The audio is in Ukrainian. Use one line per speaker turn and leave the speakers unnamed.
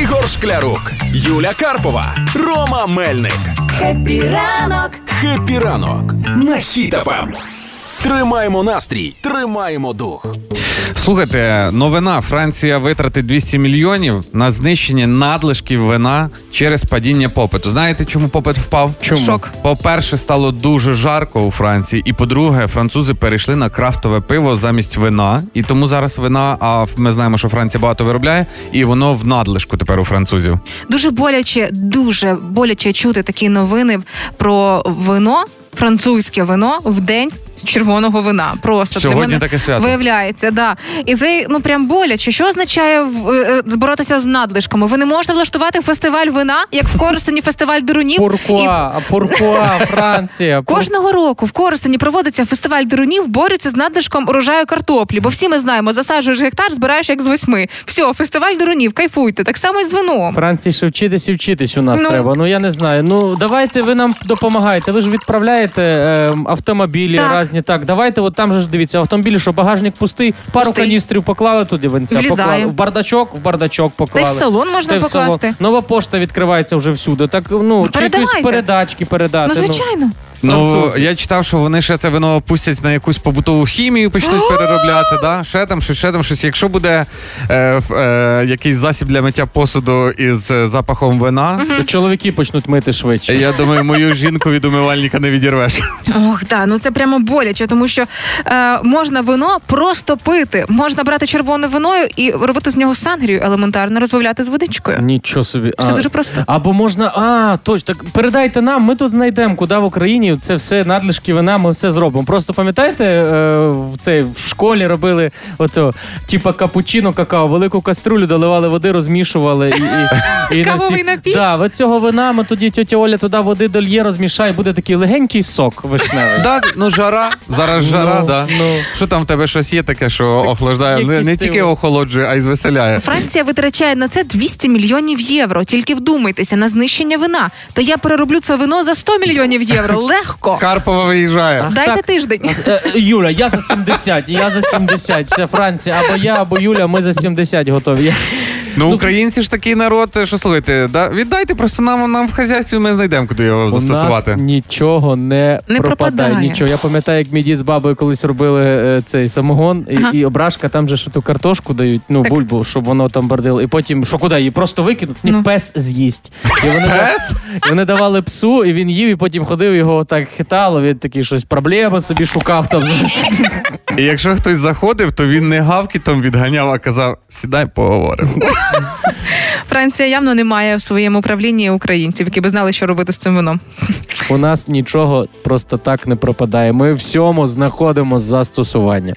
Ігор Шклярук, Юля Карпова, Рома Мельник.
Хеппі ранок!
Хеппі ранок на хітафам. Тримаємо настрій, тримаємо дух.
Слухайте, новина Франція витратить 200 мільйонів на знищення надлишків вина через падіння попиту. Знаєте, чому попит впав? Чому
Шок.
По-перше, стало дуже жарко у Франції, і по-друге, французи перейшли на крафтове пиво замість вина. І тому зараз вина. А ми знаємо, що Франція багато виробляє, і воно в надлишку тепер у французів.
Дуже боляче, дуже боляче чути такі новини про вино. Французьке вино в день червоного вина. Просто для
Сьогодні
мене
таке свято.
виявляється, да. І це ну прям боляче. Що означає в- е, е, боротися з надлишками? Ви не можете влаштувати фестиваль вина, як в Коростені фестиваль дурунів. І
Пуркуа, пуркуа, Франція. пур-
Кожного року в Коростені проводиться фестиваль дурунів, борються з надлишком урожаю картоплі. Бо всі ми знаємо, засаджуєш гектар, збираєш як з восьми. Все, фестиваль дурунів, кайфуйте. Так само і з вином.
Франції ще вчитись і вчитись у нас
Ну.
треба. Ну я не знаю. Ну давайте ви нам допомагаєте. Ви ж відправляєте е, автомобілі
Так.
різні. Так, давайте, от там же ж дивіться, автомобілі, що багажник пустий, пару
Пустий.
каністрів поклали туди венця,
Влізає.
поклали в бардачок, в бардачок
Та
поклали.
й в салон можна
Та й в салон.
покласти.
Нова пошта відкривається вже всюди. Так ну чи якісь
передавайте.
передачки передати.
Ну, звичайно.
Ну
Французи.
я читав, що вони ще це вино пустять на якусь побутову хімію, почнуть переробляти. Да? Ще там, щось, ще там щось. Якщо буде е, ф- е, якийсь засіб для миття посуду із е, запахом вина,
Ну, чоловіки почнуть мити швидше.
я думаю, мою жінку від умивальника не відірвеш.
Ох, да, ну це прямо боляче, тому що е, можна вино просто пити. Можна брати червоне вино і робити з нього сангрію елементарно, розбавляти з водичкою.
Нічого собі.
Все
А,
дуже просто.
Або можна, а точно так передайте нам. Ми тут знайдемо, куди в Україні це все надлишки вина. Ми все зробимо. Просто пам'ятаєте, е, в цей в школі робили оце, типа капучино, какао, велику каструлю доливали води, розмішували і, і, і
Кавовий напій?
Да, от цього вина. Ми тоді тьотя Оля туди води дольє, розмішає, буде такий легенький сок вишневий.
Так, ну жара, зараз жара,
Ну,
да.
ну.
Що там в тебе щось є таке, що охолоджує? Не,
якісь
не
ти
тільки
от.
охолоджує, а й звеселяє.
Франція витрачає на це 200 мільйонів євро. Тільки вдумайтеся на знищення вина. Та я перероблю це вино за 100 мільйонів євро. Легко.
Карпова виїжджає.
Дайте
так.
тиждень.
Е, е, Юля, я за 70, я за 70. Це Франція, або я, або Юля, ми за 70 готові. Я-
Ну, українці ж такий народ, е, що слухайте, да? віддайте просто нам, нам в хазяйстві, ми знайдемо, куди його
У
застосувати.
нас нічого не,
Не
пропадає.
пропадає.
Нічого. Я пам'ятаю, як мій дід з бабою колись робили е, цей самогон і,
Ага.
і ображка, там же що ту картошку дають, ну
Так.
бульбу, щоб воно там бордило. І потім, що куди, її просто викинуть, ні,
Ну.
пес з'їсть. І вони,
Пес?
і вони давали псу, і він їв, і потім ходив, його так хитало, він такий щось проблеми собі шукав там. знаєш.
І якщо хтось заходив, то він не гавкітом відганяв, а казав: сідай, поговоримо.
Франція явно не має в своєму управлінні українців, які би знали, що робити з цим вином.
У нас нічого просто так не пропадає. Ми всьому знаходимо застосування.